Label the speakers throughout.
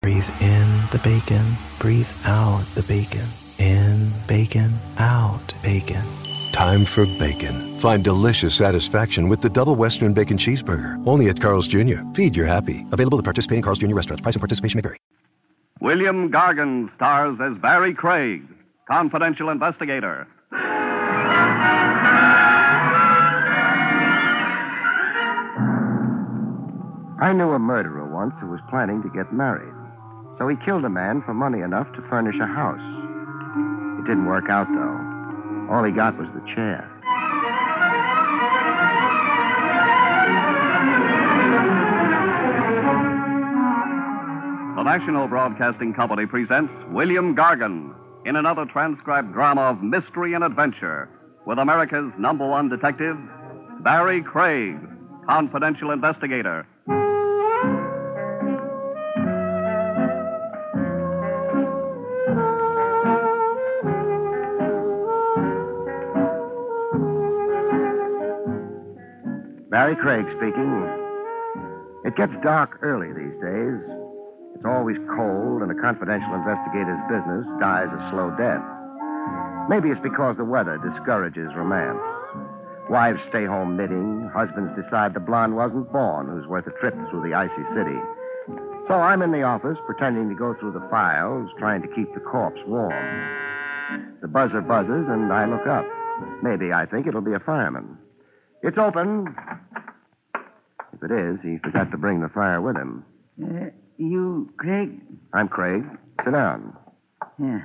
Speaker 1: Breathe in the bacon, breathe out the bacon. In bacon, out bacon.
Speaker 2: Time for bacon. Find delicious satisfaction with the double Western Bacon Cheeseburger. Only at Carl's Jr. Feed your happy. Available at participating Carl's Jr. restaurants. Price and participation may vary.
Speaker 3: William Gargan stars as Barry Craig, confidential investigator.
Speaker 4: I knew a murderer once who was planning to get married. So he killed a man for money enough to furnish a house. It didn't work out, though. All he got was the chair.
Speaker 3: The National Broadcasting Company presents William Gargan in another transcribed drama of mystery and adventure with America's number one detective, Barry Craig, confidential investigator.
Speaker 4: Barry Craig speaking. It gets dark early these days. It's always cold, and a confidential investigator's business dies a slow death. Maybe it's because the weather discourages romance. Wives stay home knitting, husbands decide the blonde wasn't born, who's worth a trip through the icy city. So I'm in the office, pretending to go through the files, trying to keep the corpse warm. The buzzer buzzes, and I look up. Maybe I think it'll be a fireman. It's open. If it is, he forgot to bring the fire with him.
Speaker 5: Uh, you, Craig?
Speaker 4: I'm Craig. Sit down.
Speaker 5: Yeah.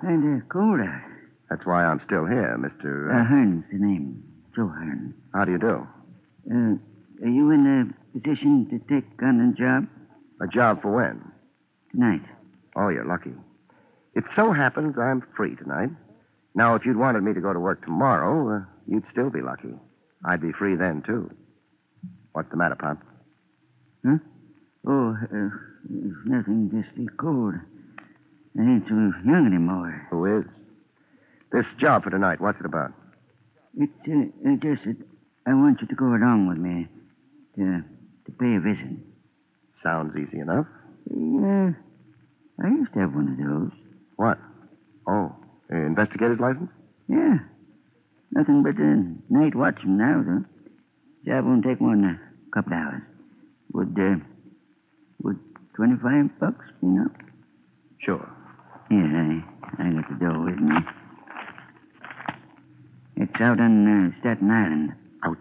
Speaker 5: Kind of cold out.
Speaker 4: That's why I'm still here, Mr.
Speaker 5: Uh, Hearn's the name. Joe Hearn.
Speaker 4: How do you do?
Speaker 5: Uh, are you in a position to take on a job
Speaker 4: A job for when?
Speaker 5: tonight?
Speaker 4: Oh, you're lucky. It so happens I'm free tonight. Now, if you'd wanted me to go to work tomorrow, uh, you'd still be lucky. I'd be free then, too. What's the matter, Pop?
Speaker 5: Oh, uh, nothing, just a cold. I ain't so young anymore.
Speaker 4: Who is? This job for tonight, what's it about?
Speaker 5: It's uh, uh, just that I want you to go along with me to, to pay a visit.
Speaker 4: Sounds easy enough.
Speaker 5: Yeah, I used to have one of those.
Speaker 4: What? Oh, uh, investigator's license?
Speaker 5: Yeah. Nothing but uh, night watchman now, though. Job won't take more than a couple hours. Would, uh, would 25 bucks be enough?
Speaker 4: Sure.
Speaker 5: Yeah, I, I got the dough with me. It's out on uh, Staten Island.
Speaker 4: Ouch.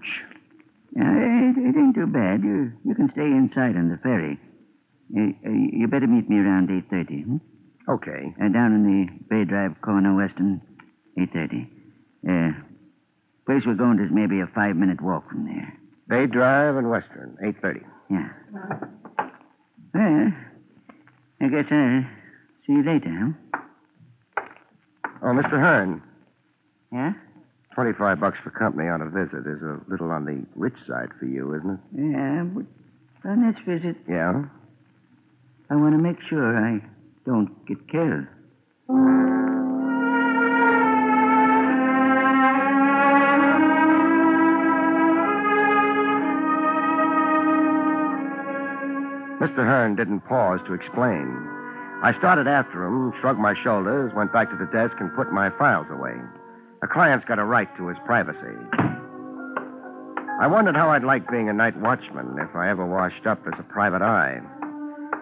Speaker 5: Uh, it, it ain't too bad. You, you can stay inside on the ferry. Uh, uh, you better meet me around 8.30, hmm?
Speaker 4: Okay.
Speaker 5: Uh, down in the Bay Drive corner, Weston, 8.30. Uh, place we're going to is maybe a five-minute walk from there.
Speaker 4: Bay Drive and Western, 8.30.
Speaker 5: Yeah. Well, I guess I'll see you later, huh?
Speaker 4: Oh, Mr. Hearn,
Speaker 5: Yeah?
Speaker 4: 25 bucks for company on a visit is a little on the rich side for you, isn't it?
Speaker 5: Yeah, but on this visit,
Speaker 4: Yeah?
Speaker 5: I want to make sure I don't get killed.
Speaker 4: Mr. Hearn didn't pause to explain. I started after him, shrugged my shoulders, went back to the desk, and put my files away. A client's got a right to his privacy. I wondered how I'd like being a night watchman if I ever washed up as a private eye.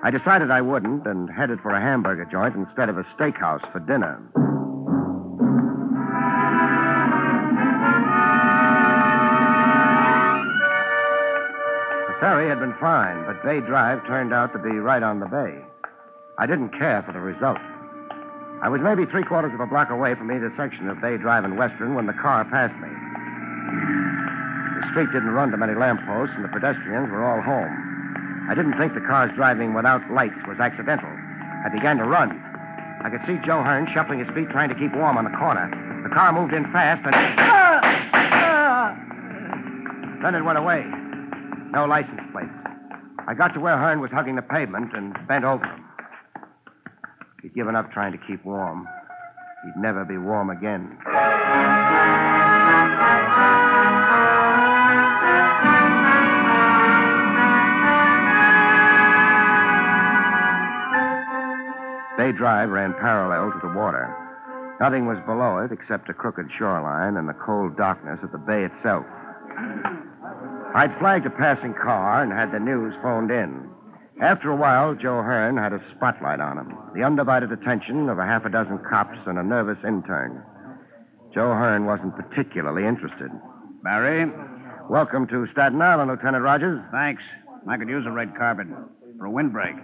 Speaker 4: I decided I wouldn't and headed for a hamburger joint instead of a steakhouse for dinner. The ferry had been fine, but Bay Drive turned out to be right on the bay. I didn't care for the result. I was maybe three quarters of a block away from either section of Bay Drive and Western when the car passed me. The street didn't run to many lampposts, and the pedestrians were all home. I didn't think the car's driving without lights was accidental. I began to run. I could see Joe Hearn shuffling his feet, trying to keep warm on the corner. The car moved in fast, and. Then it went away. No license plates. I got to where Hearn was hugging the pavement and bent over him. He'd given up trying to keep warm. He'd never be warm again. Bay Drive ran parallel to the water. Nothing was below it except a crooked shoreline and the cold darkness of the bay itself. I'd flagged a passing car and had the news phoned in. After a while, Joe Hearn had a spotlight on him, the undivided attention of a half a dozen cops and a nervous intern. Joe Hearn wasn't particularly interested.
Speaker 3: Barry?
Speaker 4: Welcome to Staten Island, Lieutenant Rogers.
Speaker 3: Thanks. I could use a red carpet for a windbreak.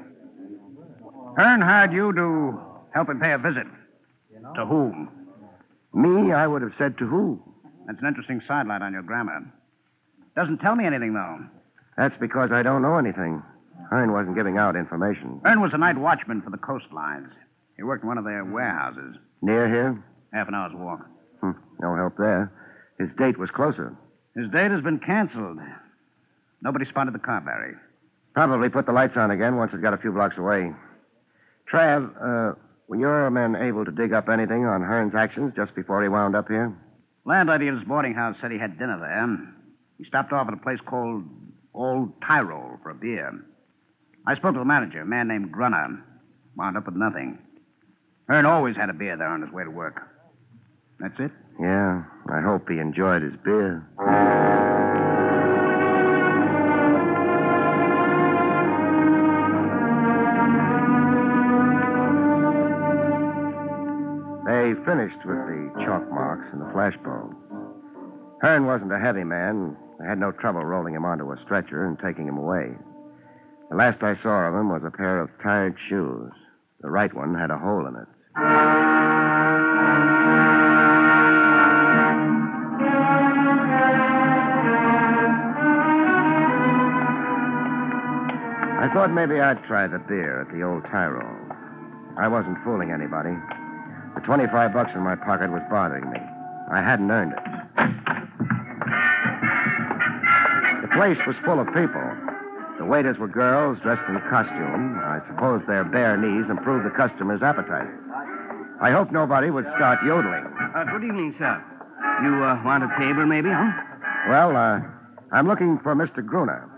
Speaker 3: Hearn hired you to help him pay a visit. To whom?
Speaker 4: Me, I would have said to who?
Speaker 3: That's an interesting sidelight on your grammar. Doesn't tell me anything, though.
Speaker 4: That's because I don't know anything. Hearn wasn't giving out information.
Speaker 3: Hearn was a night watchman for the coastlines. He worked in one of their warehouses,
Speaker 4: Near here?
Speaker 3: half an hour's walk.
Speaker 4: Hmm, no help there. His date was closer.
Speaker 3: His date has been canceled. Nobody spotted the car, Barry.
Speaker 4: Probably put the lights on again once it got a few blocks away. Trav, uh, were your men able to dig up anything on Hearn's actions just before he wound up here?
Speaker 3: Landlady at his boarding house said he had dinner there. He stopped off at a place called Old Tyrol for a beer. I spoke to the manager, a man named Grunner. Wound up with nothing. Hearn always had a beer there on his way to work. That's it?
Speaker 4: Yeah, I hope he enjoyed his beer. They finished with the chalk marks and the flashbulb. Hearn wasn't a heavy man. I had no trouble rolling him onto a stretcher and taking him away. The last I saw of him was a pair of tired shoes. The right one had a hole in it. I thought maybe I'd try the beer at the old Tyrol. I wasn't fooling anybody. The 25 bucks in my pocket was bothering me. I hadn't earned it. The place was full of people. The waiters were girls dressed in costume. I suppose their bare knees improved the customer's appetite. I hope nobody would start yodeling.
Speaker 5: Uh, good evening, sir. You uh, want a table, maybe, huh?
Speaker 4: Well, uh, I'm looking for Mr. Gruner.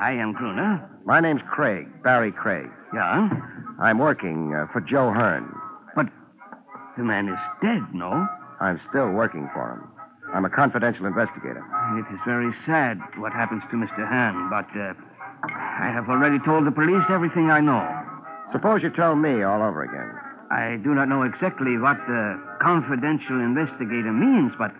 Speaker 5: I am Gruner.
Speaker 4: My name's Craig, Barry Craig.
Speaker 5: Yeah?
Speaker 4: I'm working uh, for Joe Hearn.
Speaker 5: The man is dead, no?
Speaker 4: I'm still working for him. I'm a confidential investigator.
Speaker 5: It is very sad what happens to Mr. Hearn, but uh, I have already told the police everything I know.
Speaker 4: Suppose you tell me all over again.
Speaker 5: I do not know exactly what the confidential investigator means, but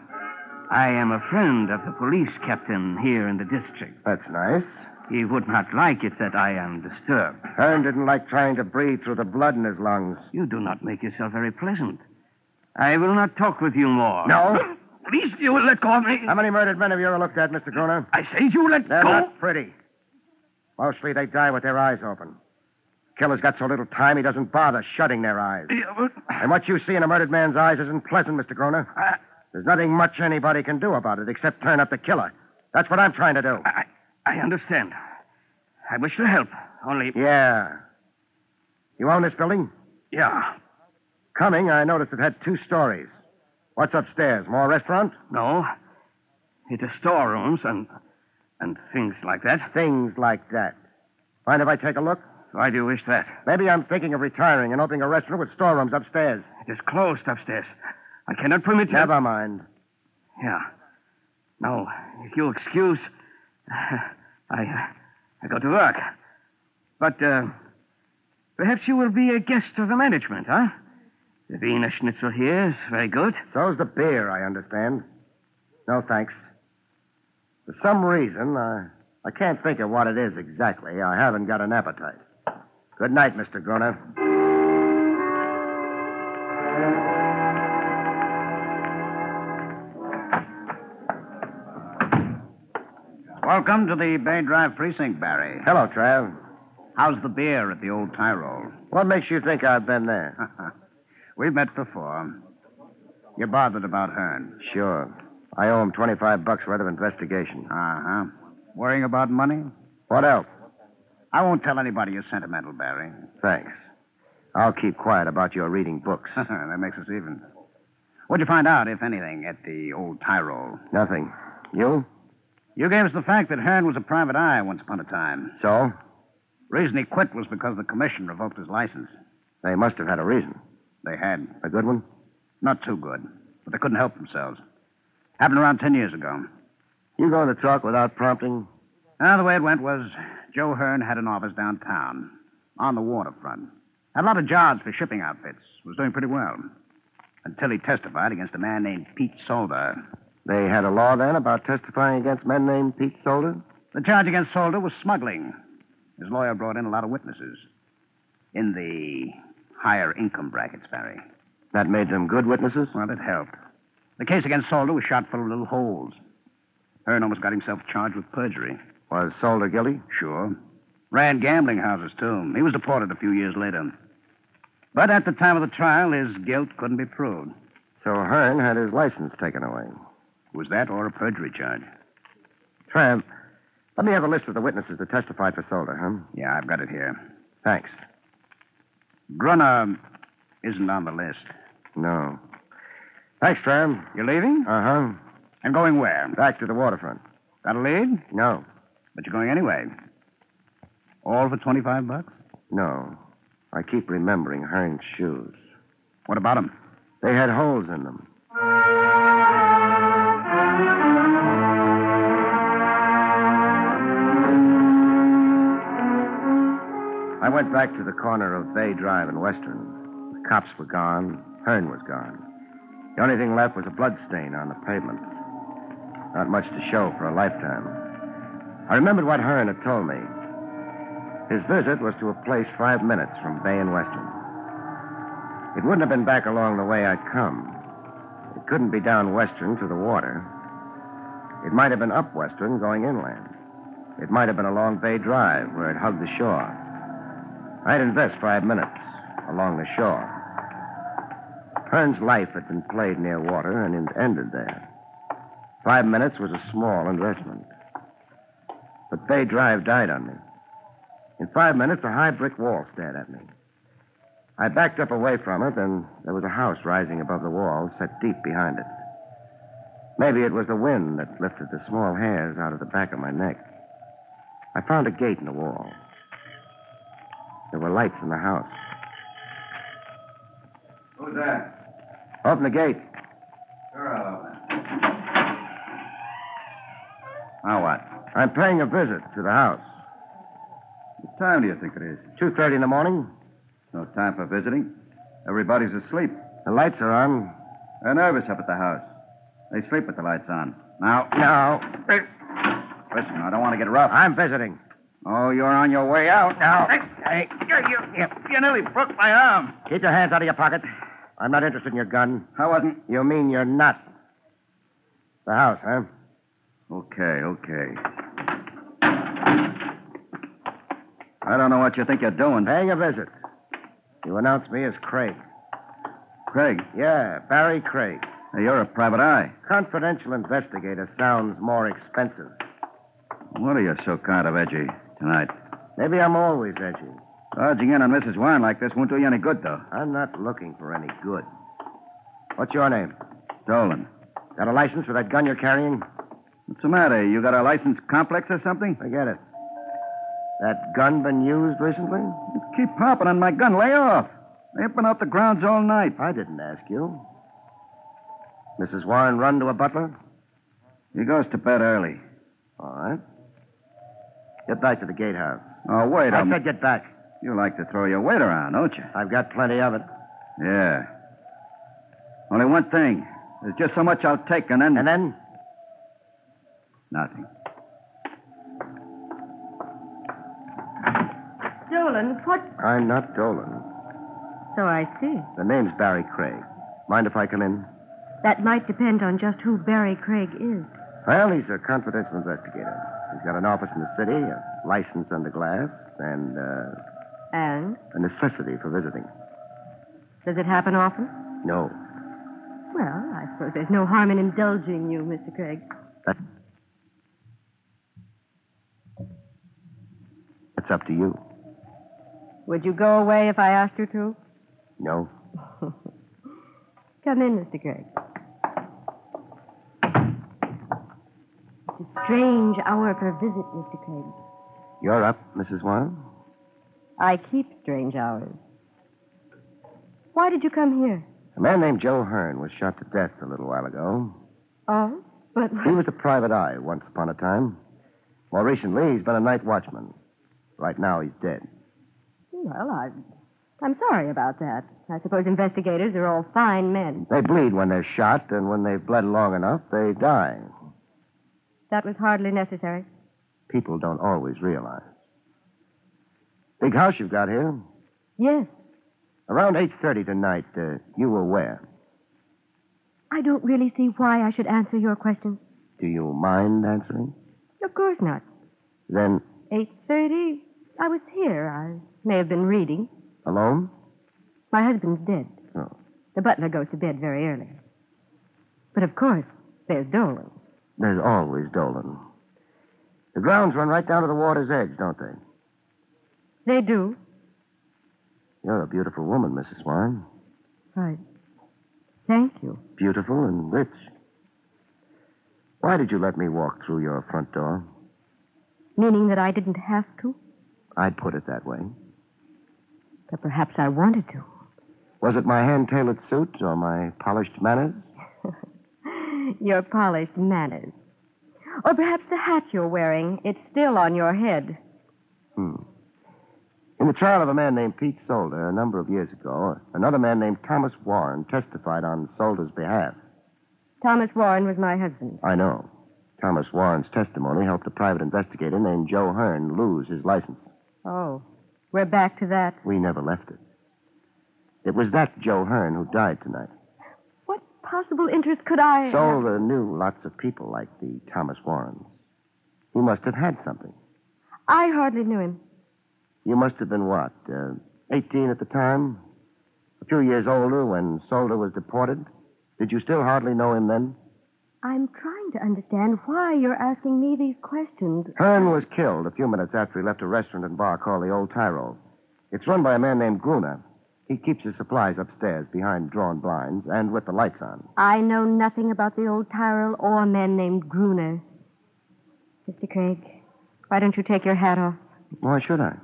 Speaker 5: I am a friend of the police captain here in the district.
Speaker 4: That's nice.
Speaker 5: He would not like it that I am disturbed.
Speaker 4: Hearn didn't like trying to breathe through the blood in his lungs.
Speaker 5: You do not make yourself very pleasant. I will not talk with you more.
Speaker 4: No?
Speaker 5: Please, you will let go of me.
Speaker 4: How many murdered men have you ever looked at, Mr. Gruner?
Speaker 5: I say you let
Speaker 4: They're
Speaker 5: go.
Speaker 4: not pretty. Mostly they die with their eyes open. Killer's got so little time he doesn't bother shutting their eyes.
Speaker 5: Yeah, well,
Speaker 4: And what you see in a murdered man's eyes isn't pleasant, Mr. Groner.
Speaker 5: I-
Speaker 4: There's nothing much anybody can do about it except turn up the killer. That's what I'm trying to do.
Speaker 5: I, I understand. I wish to help. Only,
Speaker 4: Yeah. You own this building?
Speaker 5: yeah.
Speaker 4: Coming, I noticed it had two stories. What's upstairs? More restaurant?
Speaker 5: No. It is storerooms and and things like that.
Speaker 4: Things like that. Mind if I take a look?
Speaker 5: Why do you wish that?
Speaker 4: Maybe I'm thinking of retiring and opening a restaurant with storerooms upstairs.
Speaker 5: It is closed upstairs. I cannot permit you.
Speaker 4: Never mind.
Speaker 5: Yeah. No, if you'll excuse, I uh, I go to work. But uh, perhaps you will be a guest of the management, huh? The Wiener Schnitzel here is very good.
Speaker 4: So's the beer, I understand. No thanks. For some reason, I, I can't think of what it is exactly. I haven't got an appetite. Good night, Mr. Gruner.
Speaker 3: Welcome to the Bay Drive precinct, Barry.
Speaker 4: Hello, Trav.
Speaker 3: How's the beer at the old Tyrol?
Speaker 4: What makes you think I've been there?
Speaker 3: We've met before. You're bothered about Hearn.
Speaker 4: Sure. I owe him 25 bucks worth of investigation.
Speaker 3: Uh
Speaker 4: Uh-huh.
Speaker 3: huh. Worrying about money?
Speaker 4: What else?
Speaker 3: I won't tell anybody you're sentimental, Barry.
Speaker 4: Thanks. I'll keep quiet about your reading books.
Speaker 3: that makes us even. What'd you find out, if anything, at the old Tyrol?
Speaker 4: Nothing. You?
Speaker 3: You gave us the fact that Hearn was a private eye once upon a time.
Speaker 4: So?
Speaker 3: reason he quit was because the commission revoked his license.
Speaker 4: They must have had a reason.
Speaker 3: They had.
Speaker 4: A good one?
Speaker 3: Not too good, but they couldn't help themselves. Happened around ten years ago.
Speaker 4: You going to talk without prompting?
Speaker 3: Now, the way it went was Joe Hearn had an office downtown on the waterfront. Had a lot of jobs for shipping outfits. Was doing pretty well. Until he testified against a man named Pete Solder.
Speaker 4: They had a law then about testifying against men named Pete Solder?
Speaker 3: The charge against Solder was smuggling. His lawyer brought in a lot of witnesses. In the higher income brackets, Barry.
Speaker 4: That made them good witnesses?
Speaker 3: Well, it helped. The case against Solder was shot full of little holes. Hearn almost got himself charged with perjury.
Speaker 4: Was Solder guilty?
Speaker 3: Sure. Ran gambling houses, too. He was deported a few years later. But at the time of the trial, his guilt couldn't be proved.
Speaker 4: So Hearn had his license taken away.
Speaker 3: Was that or a perjury charge?
Speaker 4: Trav, let me have a list of the witnesses that testified for Solder, huh?
Speaker 3: Yeah, I've got it here.
Speaker 4: Thanks.
Speaker 3: Grunner isn't on the list.
Speaker 4: No. Thanks, Trav.
Speaker 3: You're leaving?
Speaker 4: Uh huh.
Speaker 3: And going where?
Speaker 4: Back to the waterfront.
Speaker 3: That'll lead?
Speaker 4: No.
Speaker 3: But you're going anyway. All for 25 bucks?
Speaker 4: No. I keep remembering Hearn's shoes.
Speaker 3: What about him?
Speaker 4: They had holes in them. I went back to the corner of Bay Drive and Western. The cops were gone. Hearn was gone. The only thing left was a blood stain on the pavement. Not much to show for a lifetime. I remembered what Hearn had told me. His visit was to a place five minutes from Bay and Western. It wouldn't have been back along the way I'd come. It couldn't be down Western to the water. It might have been up Western going inland. It might have been along Bay Drive where it hugged the shore. I'd invest five minutes along the shore. Hearn's life had been played near water and it ended there. Five minutes was a small investment. But Bay Drive died on me. In five minutes, a high brick wall stared at me. I backed up away from it, and there was a house rising above the wall, set deep behind it. Maybe it was the wind that lifted the small hairs out of the back of my neck. I found a gate in the wall. There were lights in the house.
Speaker 5: Who's that?
Speaker 4: Open the gate.
Speaker 5: Sure, I'll open it.
Speaker 3: Now what?
Speaker 4: I'm paying a visit to the house.
Speaker 5: What time do you think it is?
Speaker 4: 2.30 in the morning.
Speaker 5: No time for visiting. Everybody's asleep.
Speaker 4: The lights are on.
Speaker 5: They're nervous up at the house. They sleep with the lights on.
Speaker 3: Now,
Speaker 4: No.
Speaker 5: Listen, I don't want to get rough.
Speaker 4: I'm visiting.
Speaker 5: Oh, you're on your way out now.
Speaker 4: Hey,
Speaker 5: you, nearly broke my arm.
Speaker 4: Keep your hands out of your pocket. I'm not interested in your gun.
Speaker 5: I wasn't.
Speaker 4: You mean you're not? The house, huh?
Speaker 5: Okay, okay. I don't know what you think you're doing.
Speaker 4: Paying a visit. You announce me as Craig.
Speaker 5: Craig,
Speaker 4: Yeah, Barry Craig.
Speaker 5: hey, you're a private eye.
Speaker 4: Confidential investigator sounds more expensive.
Speaker 5: What are you so kind of edgy tonight?
Speaker 4: Maybe I'm always edgy.
Speaker 5: Dodging in on Mrs. Warren like this won't do you any good, though.
Speaker 4: I'm not looking for any good. What's your name?
Speaker 5: Dolan.
Speaker 4: Got a license for that gun you're carrying?
Speaker 5: What's the matter? You got a license complex or something?
Speaker 4: Forget it. That gun been used recently?
Speaker 5: You keep popping on my gun. Lay off. They've been off the grounds all night.
Speaker 4: I didn't ask you. Mrs. Warren run to a butler?
Speaker 5: He goes to bed early.
Speaker 4: All right. Get back to the gatehouse.
Speaker 5: Oh, wait a
Speaker 4: I
Speaker 5: minute.
Speaker 4: said get back.
Speaker 5: You like to throw your weight around, don't you?
Speaker 4: I've got plenty of it.
Speaker 5: Yeah. Only one thing. There's just so much I'll take, and then.
Speaker 4: And then?
Speaker 5: Nothing.
Speaker 6: Dolan, what?
Speaker 4: I'm not Dolan.
Speaker 6: So I see.
Speaker 4: The name's Barry Craig. Mind if I come in?
Speaker 6: That might depend on just who Barry Craig is.
Speaker 4: Well, he's a confidential investigator. He's got an office in the city, a license under glass, and uh,
Speaker 6: And?
Speaker 4: a necessity for visiting.
Speaker 6: Does it happen often?
Speaker 4: No.
Speaker 6: Well, I suppose there's no harm in indulging you, Mr. Craig.
Speaker 4: That- That's up to you.
Speaker 6: Would you go away if I asked you to?
Speaker 4: No.
Speaker 6: Come in, Mr. Gregg. It's a strange hour for a visit, Mr. Craig.
Speaker 4: You're up, Mrs. Warren.
Speaker 6: I keep strange hours. Why did you come here?
Speaker 4: A man named Joe Hearn was shot to death a little while ago.
Speaker 6: Oh, but
Speaker 4: He was a private eye once upon a time. More recently, he's been a night watchman. Right now, he's dead.
Speaker 6: well, I, I'm sorry about that. I suppose investigators are all fine men.
Speaker 4: They bleed when they're shot, and when they've bled long enough, they die.
Speaker 6: That was hardly necessary.
Speaker 4: People don't always realize. Big house you've got here.
Speaker 6: Yes,
Speaker 4: Around 8.30 tonight, uh, you were where?
Speaker 6: I don't really see why I should answer your question.
Speaker 4: Do you mind answering?
Speaker 6: Of course not.
Speaker 4: Then,
Speaker 6: Eight thirty. I was here. I may have been reading.
Speaker 4: alone?
Speaker 6: My husband's dead.
Speaker 4: Oh.
Speaker 6: The butler goes to bed very early. But of course, there's Dolan.
Speaker 4: There's always Dolan. The grounds run right down to the water's edge, don't they?
Speaker 6: They do.
Speaker 4: You're a beautiful woman, Mrs. Warren.
Speaker 6: Right. Thank you.
Speaker 4: Beautiful and rich. Why did you let me walk through your front door?
Speaker 6: Meaning that I didn't have to,
Speaker 4: I'd put it that way.
Speaker 6: but perhaps I wanted to.
Speaker 4: Was it my hand tailored suit or my polished manners?
Speaker 6: Your polished manners. Or perhaps the hat you're wearing. It's still on your head.
Speaker 4: In the trial of a man named Pete Solder a number of years ago, another man named Thomas Warren testified on Solder's behalf.
Speaker 6: Thomas Warren was my husband.
Speaker 4: I know. Thomas Warren's testimony helped a private investigator named Joe Hearn lose his license.
Speaker 6: Oh. We're back to that.
Speaker 4: We never left it. It was that Joe Hearn who died tonight.
Speaker 6: What possible interest could I
Speaker 4: Solder knew lots of people like the Thomas Warrens. He must have had something.
Speaker 6: I hardly knew him.
Speaker 4: You must have been what, uh, 18 at the time? A few years older when Solder was deported? Did you still hardly know him then?
Speaker 6: I'm trying to understand why you're asking me these questions.
Speaker 4: Hearn was killed a few minutes after he left a restaurant and bar called the Old Tyrol. It's run by a man named Gruner. He keeps his supplies upstairs behind drawn blinds and with the lights on.
Speaker 6: I know nothing about the old Tyrell or a man named Gruner. Mr. Craig, why don't you take your hat off?
Speaker 4: Why should I?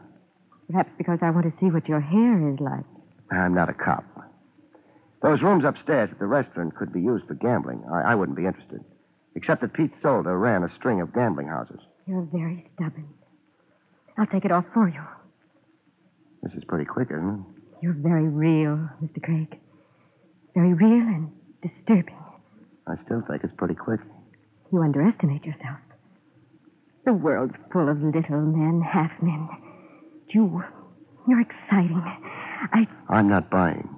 Speaker 6: Perhaps because I want to see what your hair is like.
Speaker 4: I'm not a cop. Those rooms upstairs at the restaurant could be used for gambling. I, I wouldn't be interested. Except that Pete Solder ran a string of gambling houses.
Speaker 6: You're very stubborn. I'll take it off for you.
Speaker 4: This is pretty quick, isn't it?
Speaker 6: You're very real, Mr. Craig. Very real and disturbing.
Speaker 4: I still think it's pretty quick.
Speaker 6: You underestimate yourself. The world's full of little men, half men. You, you're exciting. I.
Speaker 4: I'm not buying.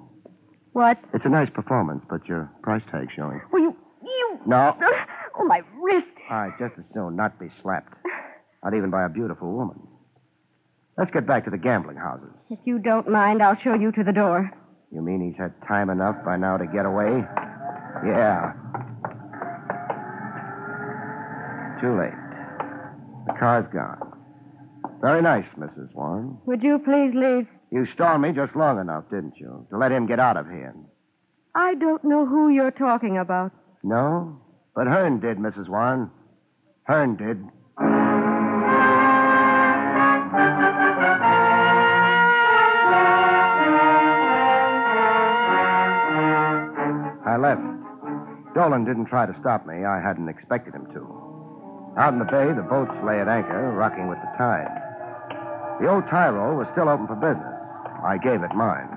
Speaker 6: What?
Speaker 4: It's a nice performance, but your price tag's showing.
Speaker 6: Well, you. You.
Speaker 4: No.
Speaker 6: Oh, my wrist.
Speaker 4: I'd just as soon not be slapped. Not even by a beautiful woman. Let's get back to the gambling houses.
Speaker 6: If you don't mind, I'll show you to the door.
Speaker 4: You mean he's had time enough by now to get away? Yeah. Too late. The car's gone. Very nice, Mrs. Warren.
Speaker 6: Would you please leave?
Speaker 4: You stalled me just long enough, didn't you? To let him get out of here.
Speaker 6: I don't know who you're talking about.
Speaker 4: No? But Hearn did, Mrs. Warren. Hearn did. I left. Dolan didn't try to stop me. I hadn't expected him to. Out in the bay, the boats lay at anchor, rocking with the tide. The old Tyrol was still open for business. I gave it mine.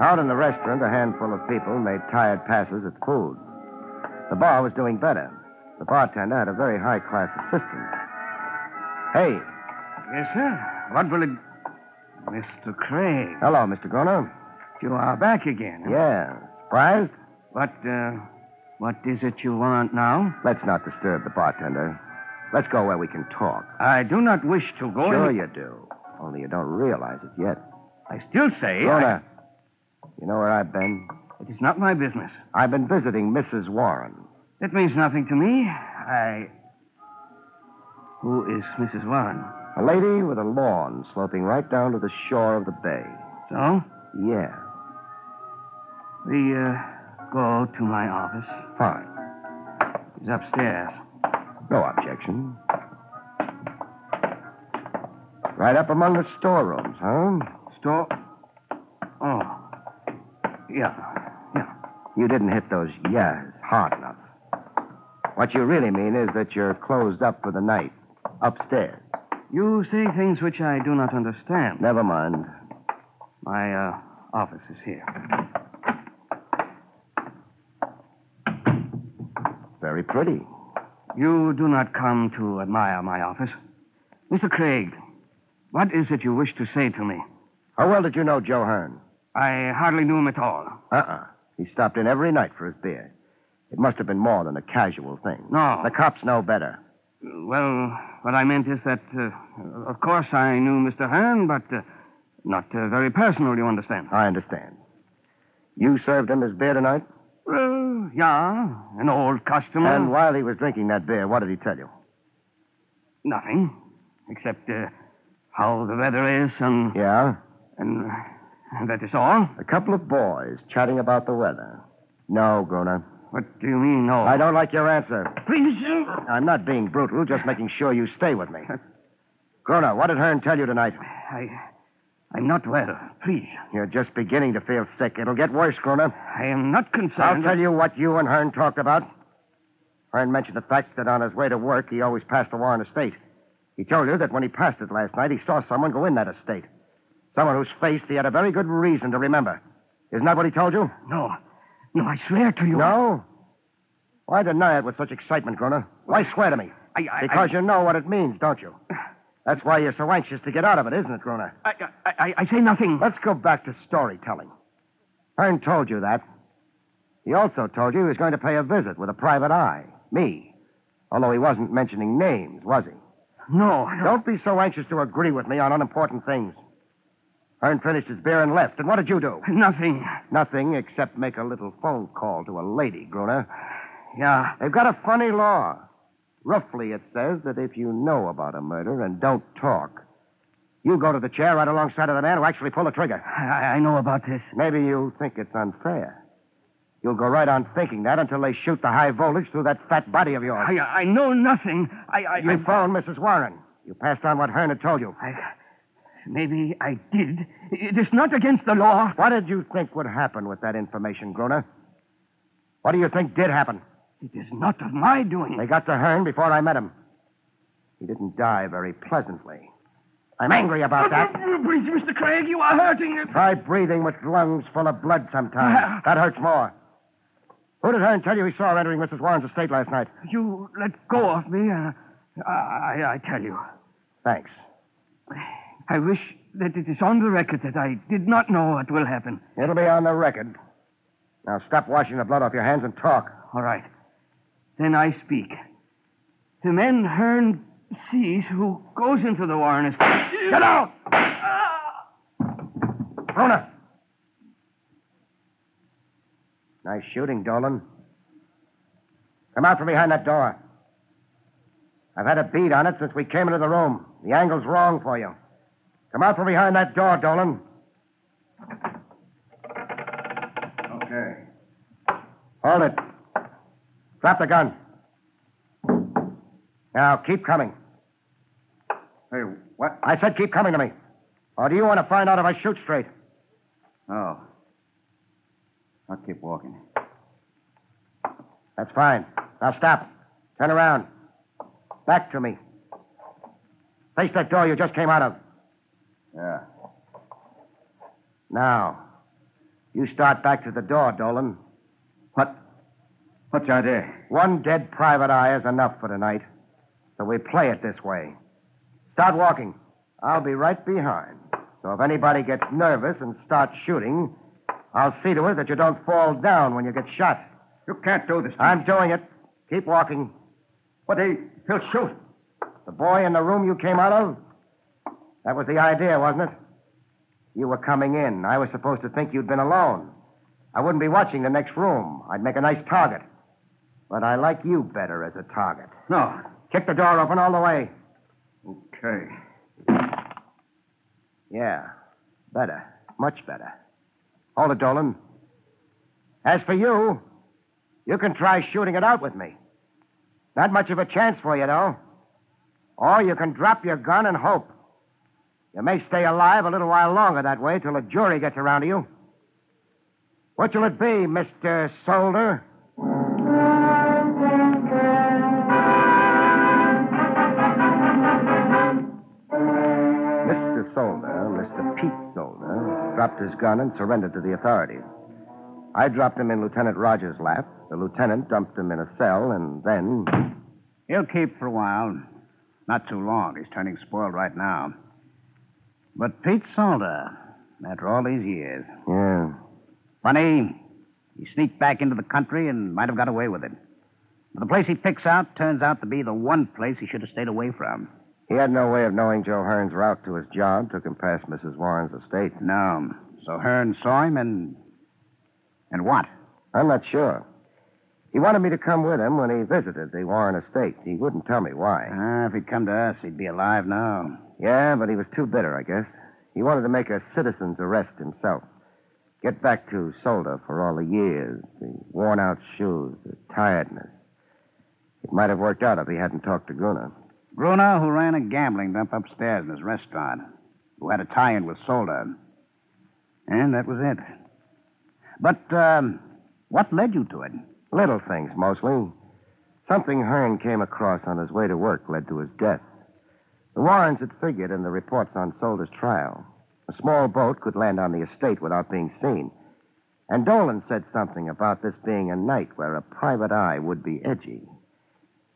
Speaker 4: Out in the restaurant, a handful of people made tired passes at food. The bar was doing better. The bartender had a very high class assistant. Hey,
Speaker 5: Yes, sir. What will it. Mr. Craig,
Speaker 4: hello, Mr. Gruner.
Speaker 5: you are back again. huh?
Speaker 4: Yeah, surprised?
Speaker 5: What, uh, What is it you want now?
Speaker 4: Let's not disturb the bartender. Let's go where we can talk.
Speaker 5: I do not wish to go.
Speaker 4: sure
Speaker 5: any-
Speaker 4: you do. Only you don't realize it yet.
Speaker 5: I still say. I-
Speaker 4: Rhoda, you know where I've been?
Speaker 5: It is not my business.
Speaker 4: I've been visiting Mrs. Warren.
Speaker 5: That means nothing to me. I. Who is Mrs. Warren?
Speaker 4: A lady with a lawn sloping right down to the shore of the bay.
Speaker 5: So?
Speaker 4: Yeah,
Speaker 5: We, uh, go to my office.
Speaker 4: fine.
Speaker 5: It's upstairs.
Speaker 4: No objection. Right up among the storerooms, huh?
Speaker 5: Store. Oh. Yeah.
Speaker 4: You didn't hit those yes hard enough. What you really mean is that you're closed up for the night. Upstairs.
Speaker 5: You say things which I do not understand.
Speaker 4: Never mind.
Speaker 5: My, uh, office is here.
Speaker 4: Very pretty.
Speaker 5: You do not come to admire my office. Mr. Craig, what is it you wish to say to me?
Speaker 4: How well did you know Joe Hearn?
Speaker 5: I hardly knew him at all.
Speaker 4: Uh-uh. He stopped in every night for his beer. It must have been more than a casual thing.
Speaker 5: No.
Speaker 4: The cops know better.
Speaker 5: Well, what I meant is that, uh, of course, I knew Mr. Hearn, but uh, not uh, very personal, you understand.
Speaker 4: I understand. You served him his beer tonight?
Speaker 5: Well, Uh, yeah, an old customer.
Speaker 4: And while he was drinking that beer, what did he tell you?
Speaker 5: Nothing, except uh, how the weather is, and,
Speaker 4: Yeah?
Speaker 5: and and that is all.
Speaker 4: A couple of boys chatting about the weather. No, Gruner.
Speaker 5: What do you mean, no?
Speaker 4: I don't like your answer.
Speaker 5: Please, uh,
Speaker 4: I'm not being brutal, just making sure you stay with me. Gruner, what did Hearn tell you tonight?
Speaker 5: I, I'm not well. Please,
Speaker 4: You're just beginning to feel sick. It'll get worse, Gruner.
Speaker 5: I am not
Speaker 4: I'll
Speaker 5: concerned.
Speaker 4: tell you what you and Hearn talked about. Hearn mentioned the fact that on his way to work, he always passed the Warren estate. He told you that when he passed it last night, he saw someone go in that estate. Someone whose face he had a very good reason to remember. Isn't that what he told you?
Speaker 5: No, no, I swear to you.
Speaker 4: No? Why deny it with such excitement, Gruner? Why swear to me?
Speaker 5: I, I,
Speaker 4: Because
Speaker 5: I,
Speaker 4: you know what it means, don't you? That's why you're so anxious to get out of it, isn't it, Gruner?
Speaker 5: I, I, I, I say nothing.
Speaker 4: Let's go back to storytelling. Hearn told you that. He also told you he was going to pay a visit with a private eye, me. Although he wasn't mentioning names, was he?
Speaker 5: No, no.
Speaker 4: Don't be so anxious to agree with me on unimportant things. Hearn finished his beer and left. And what did you do?
Speaker 5: nothing.
Speaker 4: Nothing except make a little phone call to a lady, Gruner.
Speaker 5: Yeah.
Speaker 4: They've got a funny law. Roughly, it says that if you know about a murder and don't talk, you go to the chair right alongside of the man who actually pulled the trigger.
Speaker 5: I, I know about this.
Speaker 4: Maybe you think it's unfair. You'll go right on thinking that until they shoot the high voltage through that fat body of yours.
Speaker 5: I, I know nothing. I, I,
Speaker 4: you found Mrs. Warren. You passed on what Hearn had told you.
Speaker 5: I, maybe I did. It is not against the law.
Speaker 4: What did you think would happen with that information, Gruner? What do you think did happen?
Speaker 5: It is not of my doing.
Speaker 4: They got to Hearn before I met him. He didn't die very pleasantly. I'm angry about that.
Speaker 5: Please, Mr. Craig, you are hurting it.
Speaker 4: Try breathing with lungs full of blood sometimes. That hurts more. Who did Hearn tell you he saw entering Mrs. Warren's estate last night?
Speaker 5: You let go of me. Uh, I, I tell you,
Speaker 4: Thanks.
Speaker 5: I wish that it is on the record that I did not know what will happen.
Speaker 4: It'll be on the record. Now stop washing the blood off your hands and talk.
Speaker 5: All right. Then I speak. The men Hearn sees who goes into the Warren estate.
Speaker 4: Get out! Bruna! Nice shooting, Dolan. Come out from behind that door. I've had a bead on it since we came into the room. The angle's wrong for you. Come out from behind that door, Dolan. Okay. Hold it. Drop the gun. Now, keep coming.
Speaker 3: Hey, what?
Speaker 4: I said keep coming to me. Or do you want to find out if I shoot straight?
Speaker 3: Oh. I'll keep walking.
Speaker 4: That's fine. Now stop. Turn around. Back to me. Face that door you just came out of.
Speaker 3: Yeah.
Speaker 4: Now, you start back to the door, Dolan.
Speaker 3: What? What's your idea?
Speaker 4: One dead private eye is enough for tonight. So we play it this way. Start walking. I'll be right behind. So if anybody gets nervous and starts shooting, I'll see to it that you don't fall down when you get shot.
Speaker 7: You can't do this.
Speaker 4: I'm doing it. Keep walking.
Speaker 7: But they, he'll shoot.
Speaker 4: The boy in the room you came out of? That was the idea, wasn't it? You were coming in. I was supposed to think you'd been alone. I wouldn't be watching the next room. I'd make a nice target. But I like you better as a target.
Speaker 7: No.
Speaker 4: Kick the door open all the way.
Speaker 7: Okay.
Speaker 4: Yeah. Better. Much better. Hold it, Dolan. As for you, you can try shooting it out with me. Not much of a chance for you, though. Or you can drop your gun and hope. You may stay alive a little while longer that way till a jury gets around to you. What will it be, Mr. Solder? Mr. Solder, Mr. Pete Solder, dropped his gun and surrendered to the authorities. I dropped him in Lieutenant Rogers' lap. The lieutenant dumped him in a cell, and then.
Speaker 7: He'll keep for a while. Not too long. He's turning spoiled right now. But Pete Solder, after all these years.
Speaker 4: Yeah.
Speaker 7: Funny, he sneaked back into the country and might have got away with it. But the place he picks out turns out to be the one place he should have stayed away from.
Speaker 4: He had no way of knowing Joe Hearn's route to his job took him past Mrs. Warren's estate.
Speaker 7: No. So Hearn saw him and. And what?
Speaker 4: I'm not sure. He wanted me to come with him when he visited the Warren estate. He wouldn't tell me why.
Speaker 7: Ah, if he'd come to us, he'd be alive now.
Speaker 4: Yeah, but he was too bitter, I guess. He wanted to make a citizen's arrest himself. Get back to Solder for all the years, the worn out shoes, the tiredness. It might have worked out if he hadn't talked to Gruner.
Speaker 7: Gruner, who ran a gambling dump upstairs in his restaurant, who had a tie in with Solder. And that was it. But um, what led you to it?
Speaker 4: Little things, mostly. Something Hearn came across on his way to work led to his death. The Warrens had figured in the reports on Solder's trial. A small boat could land on the estate without being seen. And Dolan said something about this being a night where a private eye would be edgy.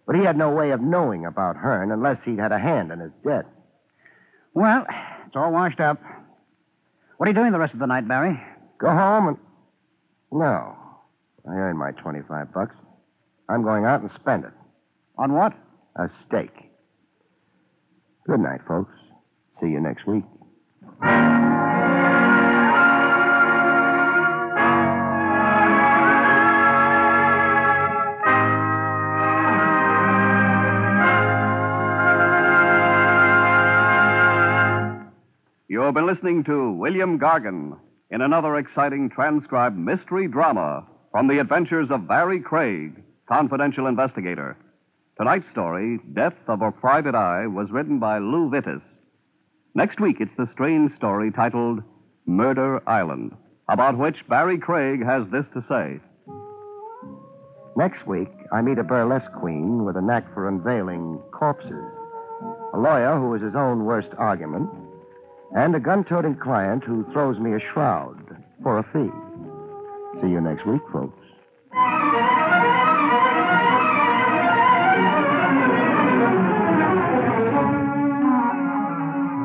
Speaker 4: But he had no way of knowing about Hearn unless he'd had a hand in his death.
Speaker 7: Well, it's all washed up. What are you doing the rest of the night, Barry?
Speaker 4: Go home and. No. I earned my 25 bucks. I'm going out and spend it.
Speaker 7: On what?
Speaker 4: A steak. Good night, folks. See you next week.
Speaker 3: You have been listening to William Gargan in another exciting transcribed mystery drama from the adventures of Barry Craig, confidential investigator. Tonight's story, Death of a Private Eye, was written by Lou Vittis. Next week, it's the strange story titled Murder Island, about which Barry Craig has this to say.
Speaker 4: Next week, I meet a burlesque queen with a knack for unveiling corpses, a lawyer who is his own worst argument, and a gun toting client who throws me a shroud for a fee. See you next week, folks.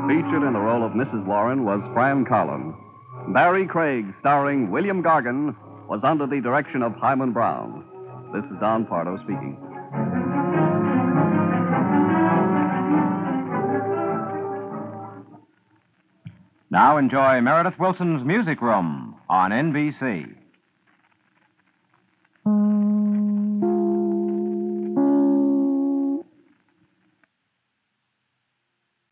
Speaker 3: Featured in the role of Mrs. Warren was Fran Collins. Barry Craig, starring William Gargan, was under the direction of Hyman Brown. This is Don Pardo speaking.
Speaker 8: Now enjoy Meredith Wilson's Music Room on NBC.